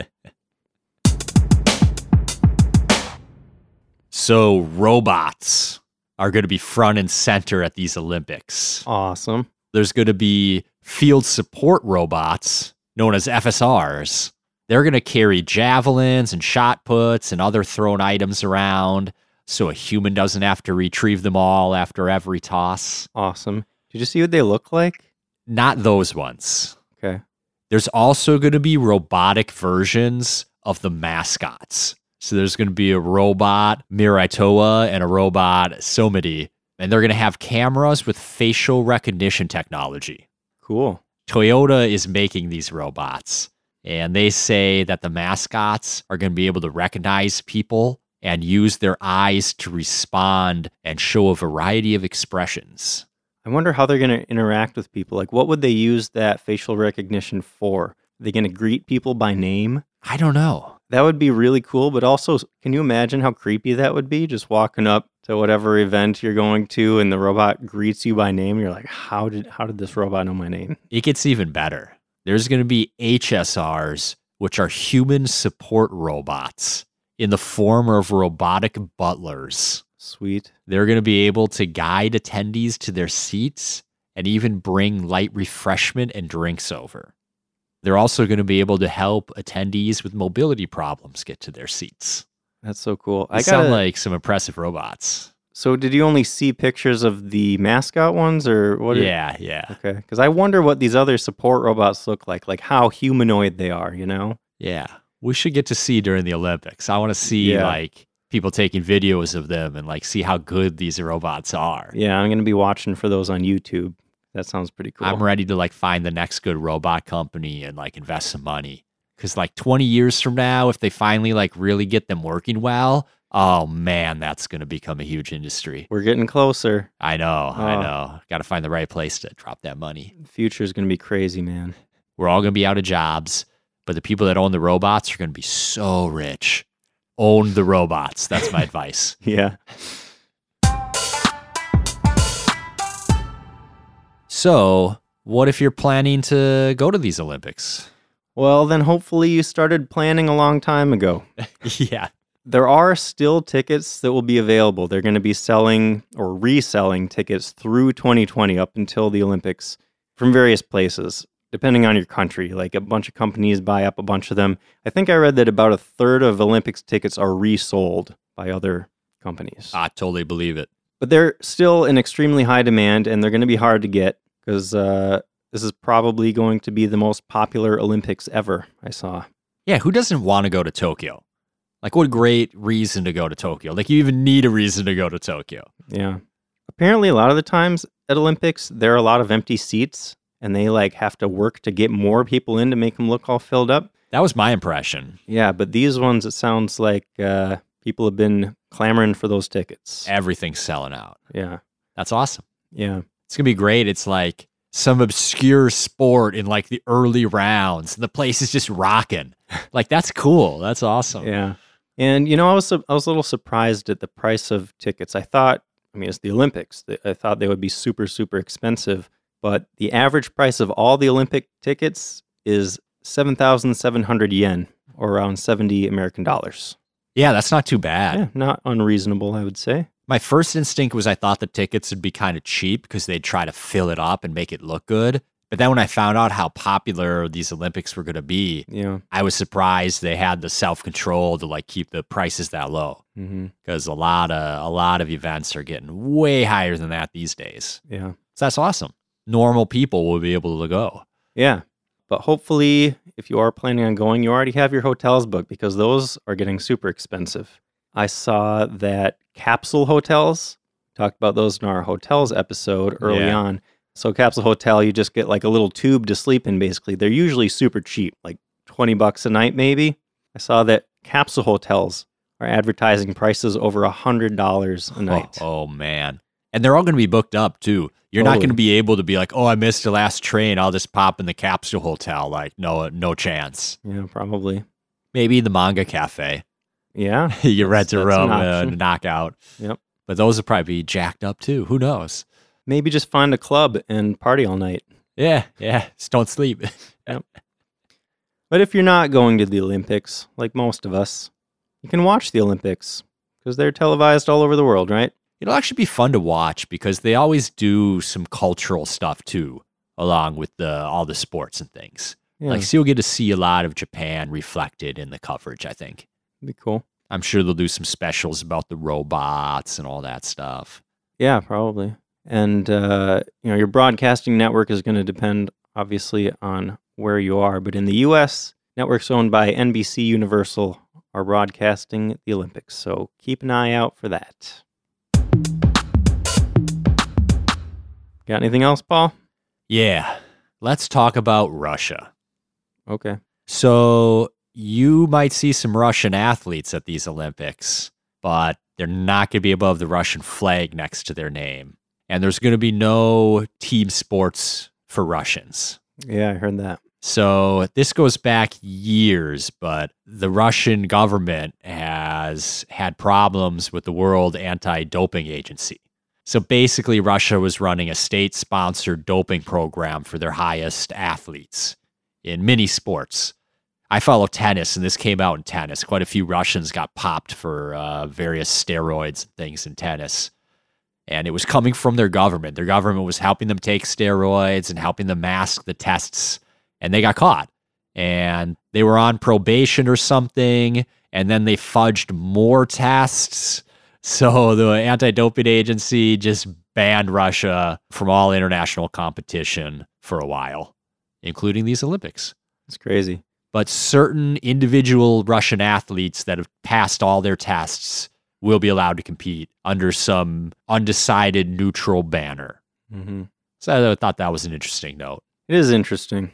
Speaker 2: So robots are going to be front and center at these Olympics.
Speaker 1: awesome.
Speaker 2: There's going to be field support robots known as FSRs. They're going to carry javelins and shot puts and other thrown items around so a human doesn't have to retrieve them all after every toss.
Speaker 1: Awesome. Did you see what they look like?
Speaker 2: Not those ones.
Speaker 1: Okay.
Speaker 2: There's also going to be robotic versions of the mascots. So there's going to be a robot Miraitoa and a robot Somity, and they're going to have cameras with facial recognition technology.
Speaker 1: Cool.
Speaker 2: Toyota is making these robots, and they say that the mascots are going to be able to recognize people and use their eyes to respond and show a variety of expressions.
Speaker 1: I wonder how they're going to interact with people. Like, what would they use that facial recognition for? Are they going to greet people by name?
Speaker 2: I don't know.
Speaker 1: That would be really cool. But also, can you imagine how creepy that would be? Just walking up to whatever event you're going to, and the robot greets you by name. You're like, how did how did this robot know my name?
Speaker 2: It gets even better. There's going to be HSRs, which are human support robots in the form of robotic butlers.
Speaker 1: Sweet.
Speaker 2: They're going to be able to guide attendees to their seats and even bring light refreshment and drinks over. They're also going to be able to help attendees with mobility problems get to their seats.
Speaker 1: That's so cool.
Speaker 2: They
Speaker 1: I got
Speaker 2: sound
Speaker 1: to
Speaker 2: like some impressive robots.
Speaker 1: So, did you only see pictures of the mascot ones, or what? did-
Speaker 2: yeah, yeah,
Speaker 1: Okay, because I wonder what these other support robots look like, like how humanoid they are. You know?
Speaker 2: yeah. We should get to see during the Olympics. I want to see
Speaker 1: Yeah.
Speaker 2: like people taking videos of them and like see how good these robots are.
Speaker 1: Yeah, I'm gonna be watching for those on YouTube. That sounds pretty cool.
Speaker 2: I'm ready to like find the next good robot company and like invest some money. Cause like 20 years from now, if they finally like really get them working well, oh man, that's gonna become a huge industry.
Speaker 1: We're getting closer.
Speaker 2: I know, I
Speaker 1: Oh.
Speaker 2: know. Gotta find the right place to drop that money.
Speaker 1: The future's gonna be crazy, man. *laughs*
Speaker 2: We're all gonna be out of jobs, but the people that own the robots are gonna be so rich. Own the robots.
Speaker 1: *laughs*
Speaker 2: That's my advice.
Speaker 1: Yeah.
Speaker 2: So, what if you're planning to go to these Olympics?
Speaker 1: Well, then hopefully you started planning a long time ago.
Speaker 2: yeah.
Speaker 1: There are still tickets that will be available. They're going to be selling or reselling tickets through 2020 up until the Olympics from various places, depending on your country. Like a bunch of companies buy up a bunch of them. I think I read that about a third of Olympics tickets are resold by other companies.
Speaker 2: I totally believe it.
Speaker 1: But they're still in extremely high demand and they're going to be hard to get because uh, this is probably going to be the most popular Olympics ever, I saw.
Speaker 2: Yeah, who doesn't want to go to Tokyo? Like, what a great reason to go to Tokyo. Like, you even need a reason to go to Tokyo.
Speaker 1: Yeah. Apparently, a lot of the times at Olympics, there are a lot of empty seats, and they like have to work to get more people in to make them look all filled up.
Speaker 2: That was my impression.
Speaker 1: Yeah, but these ones, it sounds like uh, people have been clamoring for those tickets.
Speaker 2: Everything's selling out.
Speaker 1: Yeah,
Speaker 2: That's awesome.
Speaker 1: yeah,
Speaker 2: It's going to be great. It's like some obscure sport in like the early rounds. The place is just rocking. Like, that's cool. That's awesome.
Speaker 1: yeah. And you know, I was su- I was a little surprised at the price of tickets. I thought, I mean, it's the Olympics. Th- I thought they would be super super expensive, but the average price of all the Olympic tickets is seven thousand seven hundred yen, or around seventy American dollars.
Speaker 2: Yeah, that's not too bad.
Speaker 1: Yeah, not unreasonable, I would say.
Speaker 2: My first instinct was I thought the tickets would be kind of cheap because they'd try to fill it up and make it look good. But then when I found out how popular these Olympics were going to be,
Speaker 1: Yeah.
Speaker 2: I was surprised they had the self control to like keep the prices that low
Speaker 1: hmm
Speaker 2: because a lot of a lot of events are getting way higher than that these days.
Speaker 1: Yeah.
Speaker 2: So that's awesome. Normal people will be able to go.
Speaker 1: Yeah. But hopefully, if you are planning on going, you already have your hotels booked because those are getting super expensive. I saw that capsule hotels, talked about those in our hotels episode early
Speaker 2: Yeah.
Speaker 1: on. So, capsule hotel, you just get like a little tube to sleep in, basically. They're usually super cheap, like 20 bucks a night, maybe. I saw that capsule hotels are advertising prices over $100 a night.
Speaker 2: Oh, oh, man, And they're all going to be booked up too. You're not
Speaker 1: Totally.
Speaker 2: going to be able to be like, oh, I missed the last train. I'll just pop in the capsule hotel. Like, no, no chance.
Speaker 1: Yeah, probably.
Speaker 2: Maybe the manga cafe. *laughs*
Speaker 1: Yeah.
Speaker 2: you rent a
Speaker 1: That's- that's an
Speaker 2: room uh,
Speaker 1: option.
Speaker 2: to knock out.
Speaker 1: Yep.
Speaker 2: But those would probably be jacked up too. Who knows?
Speaker 1: Maybe just find a club and party all night.
Speaker 2: Yeah, yeah. Just don't sleep. *laughs*
Speaker 1: But if you're not going to the Olympics, like most of us, you can watch the Olympics because they're televised all over the world, right?
Speaker 2: It'll actually be fun to watch because they always do some cultural stuff too, along with the all the sports and things.
Speaker 1: Yeah,
Speaker 2: Like, so you'll get to see a lot of Japan reflected in the coverage. I think.
Speaker 1: it'd be cool.
Speaker 2: I'm sure they'll do some specials about the robots and all that stuff.
Speaker 1: Yeah, probably. And uh, you know, your broadcasting network is going to depend obviously on where you are, but in the US, networks owned by NBC Universal are broadcasting the Olympics. So keep an eye out for that. Got anything else, Paul?
Speaker 2: Yeah. Let's talk about Russia.
Speaker 1: Okay.
Speaker 2: So you might see some Russian athletes at these Olympics, but they're not going to be above the Russian flag next to their name. And there's going to be no team sports for Russians.
Speaker 1: Yeah, I heard that.
Speaker 2: So this goes back years, but the Russian government has had problems with the World Anti Doping Agency. So basically, Russia was running a state sponsored doping program for their highest athletes in mini sports. I follow tennis, and this came out in tennis. Quite a few Russians got popped for uh, various steroids and things in tennis. And it was coming from their government. Their government was helping them take steroids and helping them mask the tests and they got caught and they were on probation or something and then they fudged more tests so the anti-doping agency just banned russia from all international competition for a while including these olympics
Speaker 1: It's crazy.
Speaker 2: but certain individual russian athletes that have passed all their tests will be allowed to compete under some undecided neutral banner Mm-hmm.
Speaker 1: hmm
Speaker 2: so i thought that was an interesting note
Speaker 1: It is interesting.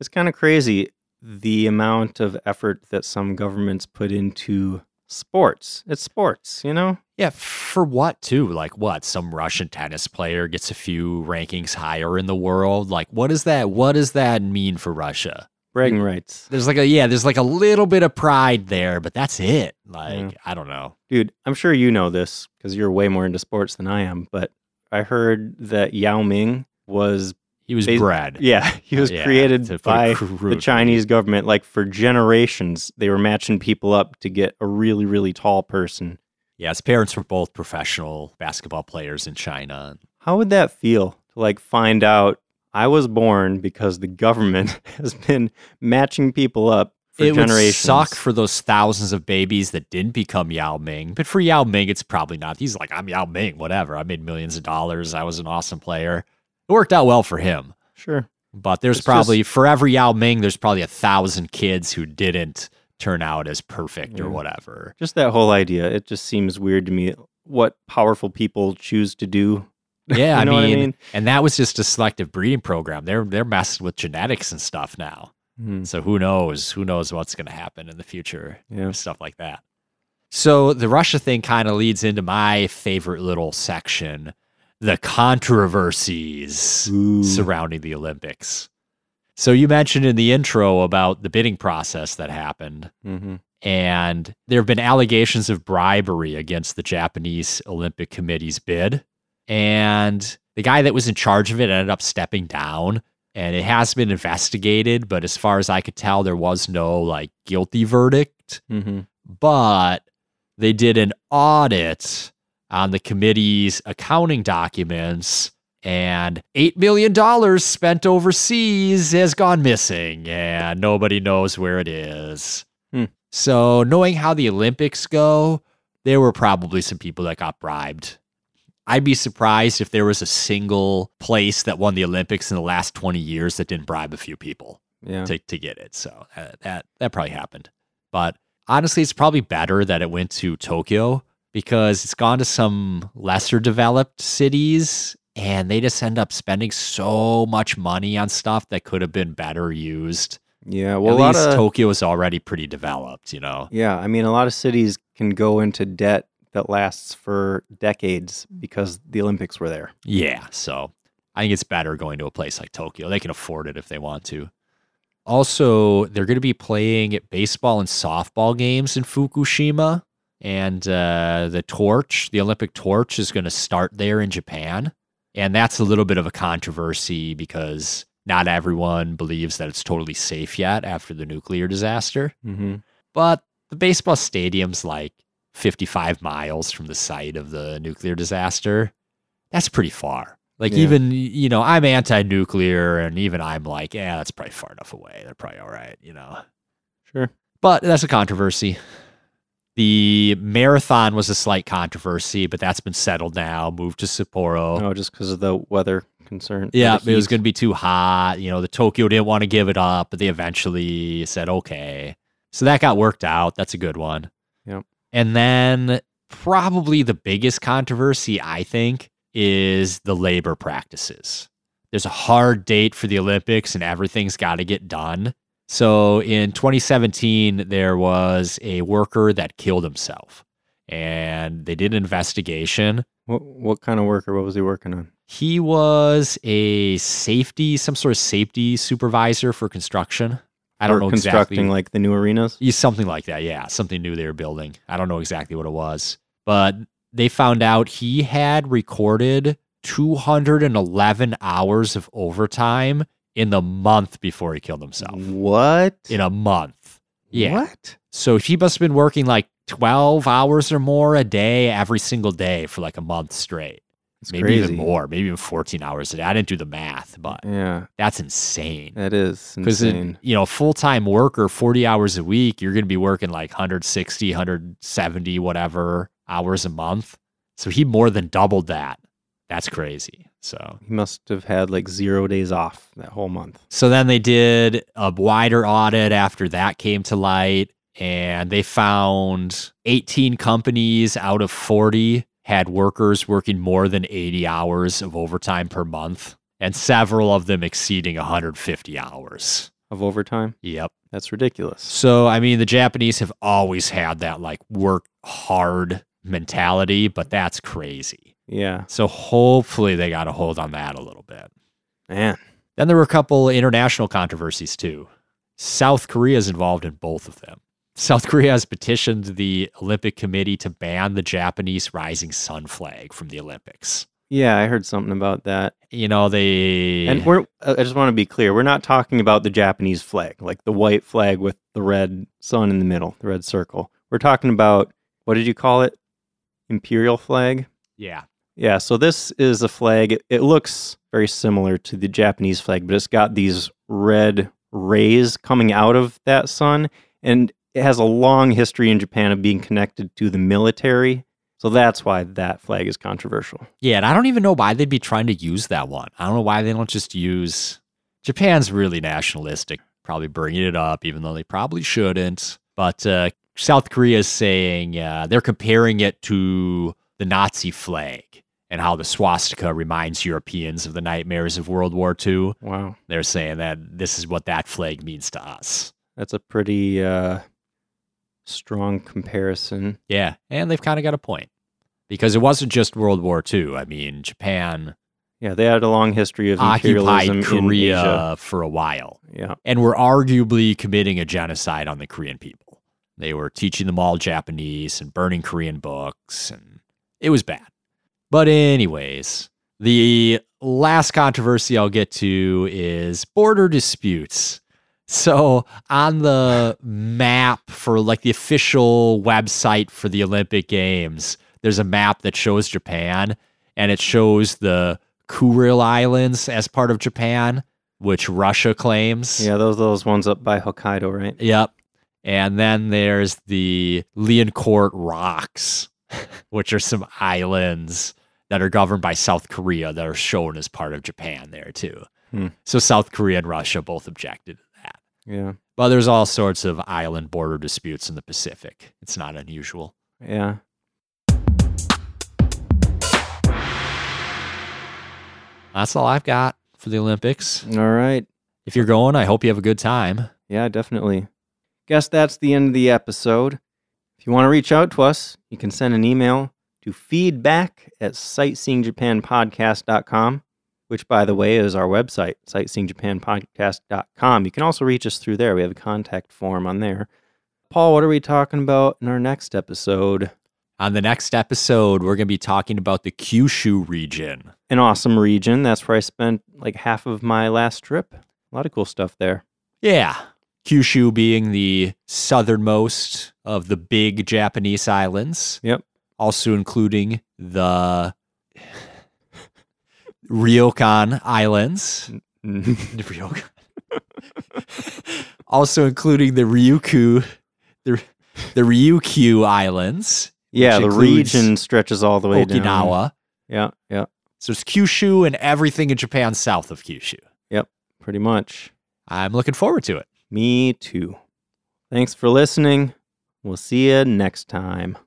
Speaker 1: It's kind of crazy the amount of effort that some governments put into sports. It's sports, you know?
Speaker 2: Yeah, for what too? Like what? Some Russian tennis player gets a few rankings higher in the world. Like what is that? What does that mean for Russia?
Speaker 1: Bragging rights.
Speaker 2: There's like a yeah, there's like a little bit of pride there, but that's it. Like
Speaker 1: Yeah.
Speaker 2: I don't know.
Speaker 1: Dude, I'm sure you know this because you're way more into sports than I am, but I heard that Yao Ming was,
Speaker 2: He was
Speaker 1: Bas-
Speaker 2: bred.
Speaker 1: yeah, *laughs* he was
Speaker 2: Uh, Yeah, to-
Speaker 1: created
Speaker 2: put it
Speaker 1: by the
Speaker 2: crudely.
Speaker 1: Chinese government. Like for generations, they were matching people up to get a really, really tall person.
Speaker 2: Yeah, his parents were both professional basketball players in China.
Speaker 1: How would that feel to like find out I was born because the government *laughs* has been matching people up for
Speaker 2: it would
Speaker 1: generations?
Speaker 2: suck for those thousands of babies that didn't become Yao Ming, but for Yao Ming, it's probably not. He's like, I'm Yao Ming, whatever. I made millions of dollars. I was an awesome player. It worked out well for him.
Speaker 1: sure.
Speaker 2: But there's
Speaker 1: It's
Speaker 2: probably for every Yao Ming, there's probably a thousand kids who didn't turn out as perfect
Speaker 1: Yeah.
Speaker 2: or whatever.
Speaker 1: Just that whole idea. It just seems weird to me what powerful people choose to do. *laughs*
Speaker 2: Yeah,
Speaker 1: You know
Speaker 2: I,
Speaker 1: what I
Speaker 2: mean,
Speaker 1: mean?
Speaker 2: and that was just a selective breeding program. They're they're messing with genetics and stuff now.
Speaker 1: Hmm,
Speaker 2: So who knows? Who knows what's going to happen in the future?
Speaker 1: yeah.
Speaker 2: Stuff like that. So the Russia thing kind of leads into my favorite little section, the controversies.
Speaker 1: Ooh.
Speaker 2: surrounding the Olympics. So you mentioned in the intro about the bidding process that happened,
Speaker 1: Mhm.
Speaker 2: and there have been allegations of bribery against the Japanese Olympic Committee's bid. And the guy that was in charge of it ended up stepping down, and it has been investigated. But as far as I could tell, there was no like guilty verdict
Speaker 1: Mhm.
Speaker 2: but they did an audit on the committee's accounting documents and $8 million spent overseas has gone missing and nobody knows where it is.
Speaker 1: Hmm.
Speaker 2: So, knowing how the Olympics go, there were probably some people that got bribed. I'd be surprised if there was a single place that won the Olympics in the last 20 years that didn't bribe a few people
Speaker 1: Yeah.
Speaker 2: to, to get it. So uh, that that probably happened. But honestly, it's probably better that it went to Tokyo because it's gone to some lesser developed cities and they just end up spending so much money on stuff that could have been better used.
Speaker 1: Yeah. Well, a
Speaker 2: At
Speaker 1: lot
Speaker 2: least
Speaker 1: of
Speaker 2: Tokyo is already pretty developed, you know.
Speaker 1: yeah. I mean, a lot of cities can go into debt that lasts for decades because the Olympics were there.
Speaker 2: Yeah, so I think it's better going to a place like Tokyo. They can afford it if they want to. Also, they're going to be playing baseball and softball games in Fukushima, and uh, the torch, the Olympic torch, is going to start there in Japan. And that's a little bit of a controversy because not everyone believes that it's totally safe yet after the nuclear disaster.
Speaker 1: Mm-hmm.
Speaker 2: But the baseball stadium's like 55 miles from the site of the nuclear disaster. That's pretty far. Like,
Speaker 1: Yeah.
Speaker 2: even, you know, I'm anti nuclear, and even I'm like, yeah, that's probably far enough away. They're probably all right, you know.
Speaker 1: Sure.
Speaker 2: But that's a controversy. The marathon was a slight controversy, but that's been settled now, moved to Sapporo.
Speaker 1: No, just because of the weather concern. or
Speaker 2: Yeah,
Speaker 1: the
Speaker 2: it was
Speaker 1: heat.
Speaker 2: going to be too hot. You know, the Tokyo didn't want to give it up, but they eventually said okay. So that got worked out. That's a good one.
Speaker 1: Yep.
Speaker 2: And then probably the biggest controversy I think is the labor practices. There's a hard date for the Olympics and everything's got to get done. So in 2017 there was a worker that killed himself and they did an investigation
Speaker 1: What, what kind of worker? What was he working on?
Speaker 2: he was a safety, some sort of safety supervisor for construction. I don't
Speaker 1: Or
Speaker 2: know
Speaker 1: constructing
Speaker 2: exactly.
Speaker 1: like the new arenas.
Speaker 2: Yeah, something like that. Yeah, something new they were building. I don't know exactly what it was, but they found out he had recorded 211 hours of overtime in the month before he killed himself.
Speaker 1: What?
Speaker 2: In a month. Yeah.
Speaker 1: What?
Speaker 2: So he must have been working like 12 hours or more a day every single day for like a month straight.
Speaker 1: It's
Speaker 2: maybe
Speaker 1: crazy.
Speaker 2: even more, maybe even 14 hours a day. I didn't do the math, but
Speaker 1: Yeah,
Speaker 2: that's insane.
Speaker 1: that is
Speaker 2: Because,
Speaker 1: insane.
Speaker 2: you know, full time worker, 40 hours a week, you're going to be working like 160, 170, whatever hours a month. So he more than doubled that. That's crazy. So.
Speaker 1: he must have had like zero days off that whole month.
Speaker 2: So then they did a wider audit after that came to light, and they found 18 companies out of 40 had workers working more than 80 hours of overtime per month, and several of them exceeding 150 hours.
Speaker 1: of overtime.
Speaker 2: Yep.
Speaker 1: That's ridiculous.
Speaker 2: So, I mean, the Japanese have always had that like work hard mentality, but that's crazy.
Speaker 1: Yeah,
Speaker 2: So, hopefully, they got a hold on that a little bit.
Speaker 1: man.
Speaker 2: Then there were a couple international controversies too. South Korea is involved in both of them. South Korea has petitioned the Olympic Committee to ban the Japanese rising sun flag from the Olympics.
Speaker 1: Yeah, I heard something about that.
Speaker 2: You know, they
Speaker 1: And we're I I just want to be clear. We're not talking about the Japanese flag, like the white flag with the red sun in the middle, the red circle. We're talking about what did you call it? Imperial flag?
Speaker 2: yeah,
Speaker 1: Yeah, so this is a flag. It, it looks very similar to the Japanese flag, but it's got these red rays coming out of that sun. And it has a long history in Japan of being connected to the military. So that's why that flag is controversial.
Speaker 2: yeah, and I don't even know why they'd be trying to use that one. I don't know why they don't just use Japan's really nationalistic, probably bringing it up, even though they probably shouldn't. But uh, South Korea is saying uh, they're comparing it to the Nazi flag and how the swastika reminds Europeans of the nightmares of World War II.
Speaker 1: Wow.
Speaker 2: They're saying that this is what that flag means to us.
Speaker 1: That's a pretty uh, strong comparison.
Speaker 2: Yeah, and they've kind of got a point because it wasn't just World War II. I mean, Japan
Speaker 1: Yeah, they had a long history of imperialism
Speaker 2: occupied
Speaker 1: in Asia.
Speaker 2: Korea for a while.
Speaker 1: Yeah.
Speaker 2: and were arguably committing a genocide on the Korean people. They were teaching them all Japanese and burning Korean books, and it was bad. But, anyways, the last controversy I'll get to is border disputes. So, on the map for like the official website for the Olympic Games, there's a map that shows Japan and it shows the Kuril Islands as part of Japan, which Russia claims.
Speaker 1: Yeah, those those ones up by Hokkaido, right?
Speaker 2: Yep. And then there's the Leoncourt Rocks, *laughs* which are some islands that are governed by South Korea that are shown as part of Japan there too.
Speaker 1: Hmm.
Speaker 2: So South Korea and Russia both objected to that.
Speaker 1: Yeah.
Speaker 2: But there's all sorts of island border disputes in the Pacific. It's not unusual.
Speaker 1: Yeah.
Speaker 2: That's all I've got for the Olympics.
Speaker 1: All right.
Speaker 2: If you're going, I hope you have a good time.
Speaker 1: Yeah, definitely. Guess that's the end of the episode. If If you want to reach out to us, you can send an email to feedback at sightseeingjapanpodcast.com, which, by the way, is our website, sightseeingjapanpodcast.com. You can also reach us through there. We have a contact form on there. Paul, what are we talking about in our next episode?
Speaker 2: On the next episode, we're going to be talking about the Kyushu region.
Speaker 1: An awesome region. That's where I spent like half of my last trip. A lot of cool stuff there. *laughs*
Speaker 2: Yeah. Kyushu being the southernmost of the big Japanese islands.
Speaker 1: Yep.
Speaker 2: Also including the Ryokan Islands. The Ryokan. *laughs* also including the Ryukyu, the, the Ryukyu Islands,
Speaker 1: yeah,
Speaker 2: Which
Speaker 1: the
Speaker 2: includes
Speaker 1: region stretches all the way down.
Speaker 2: Okinawa.
Speaker 1: Yeah, yeah,
Speaker 2: So it's Kyushu and everything in Japan south of Kyushu.
Speaker 1: pretty much.
Speaker 2: I'm looking forward to it.
Speaker 1: Me too. Thanks for listening. We'll see you next time.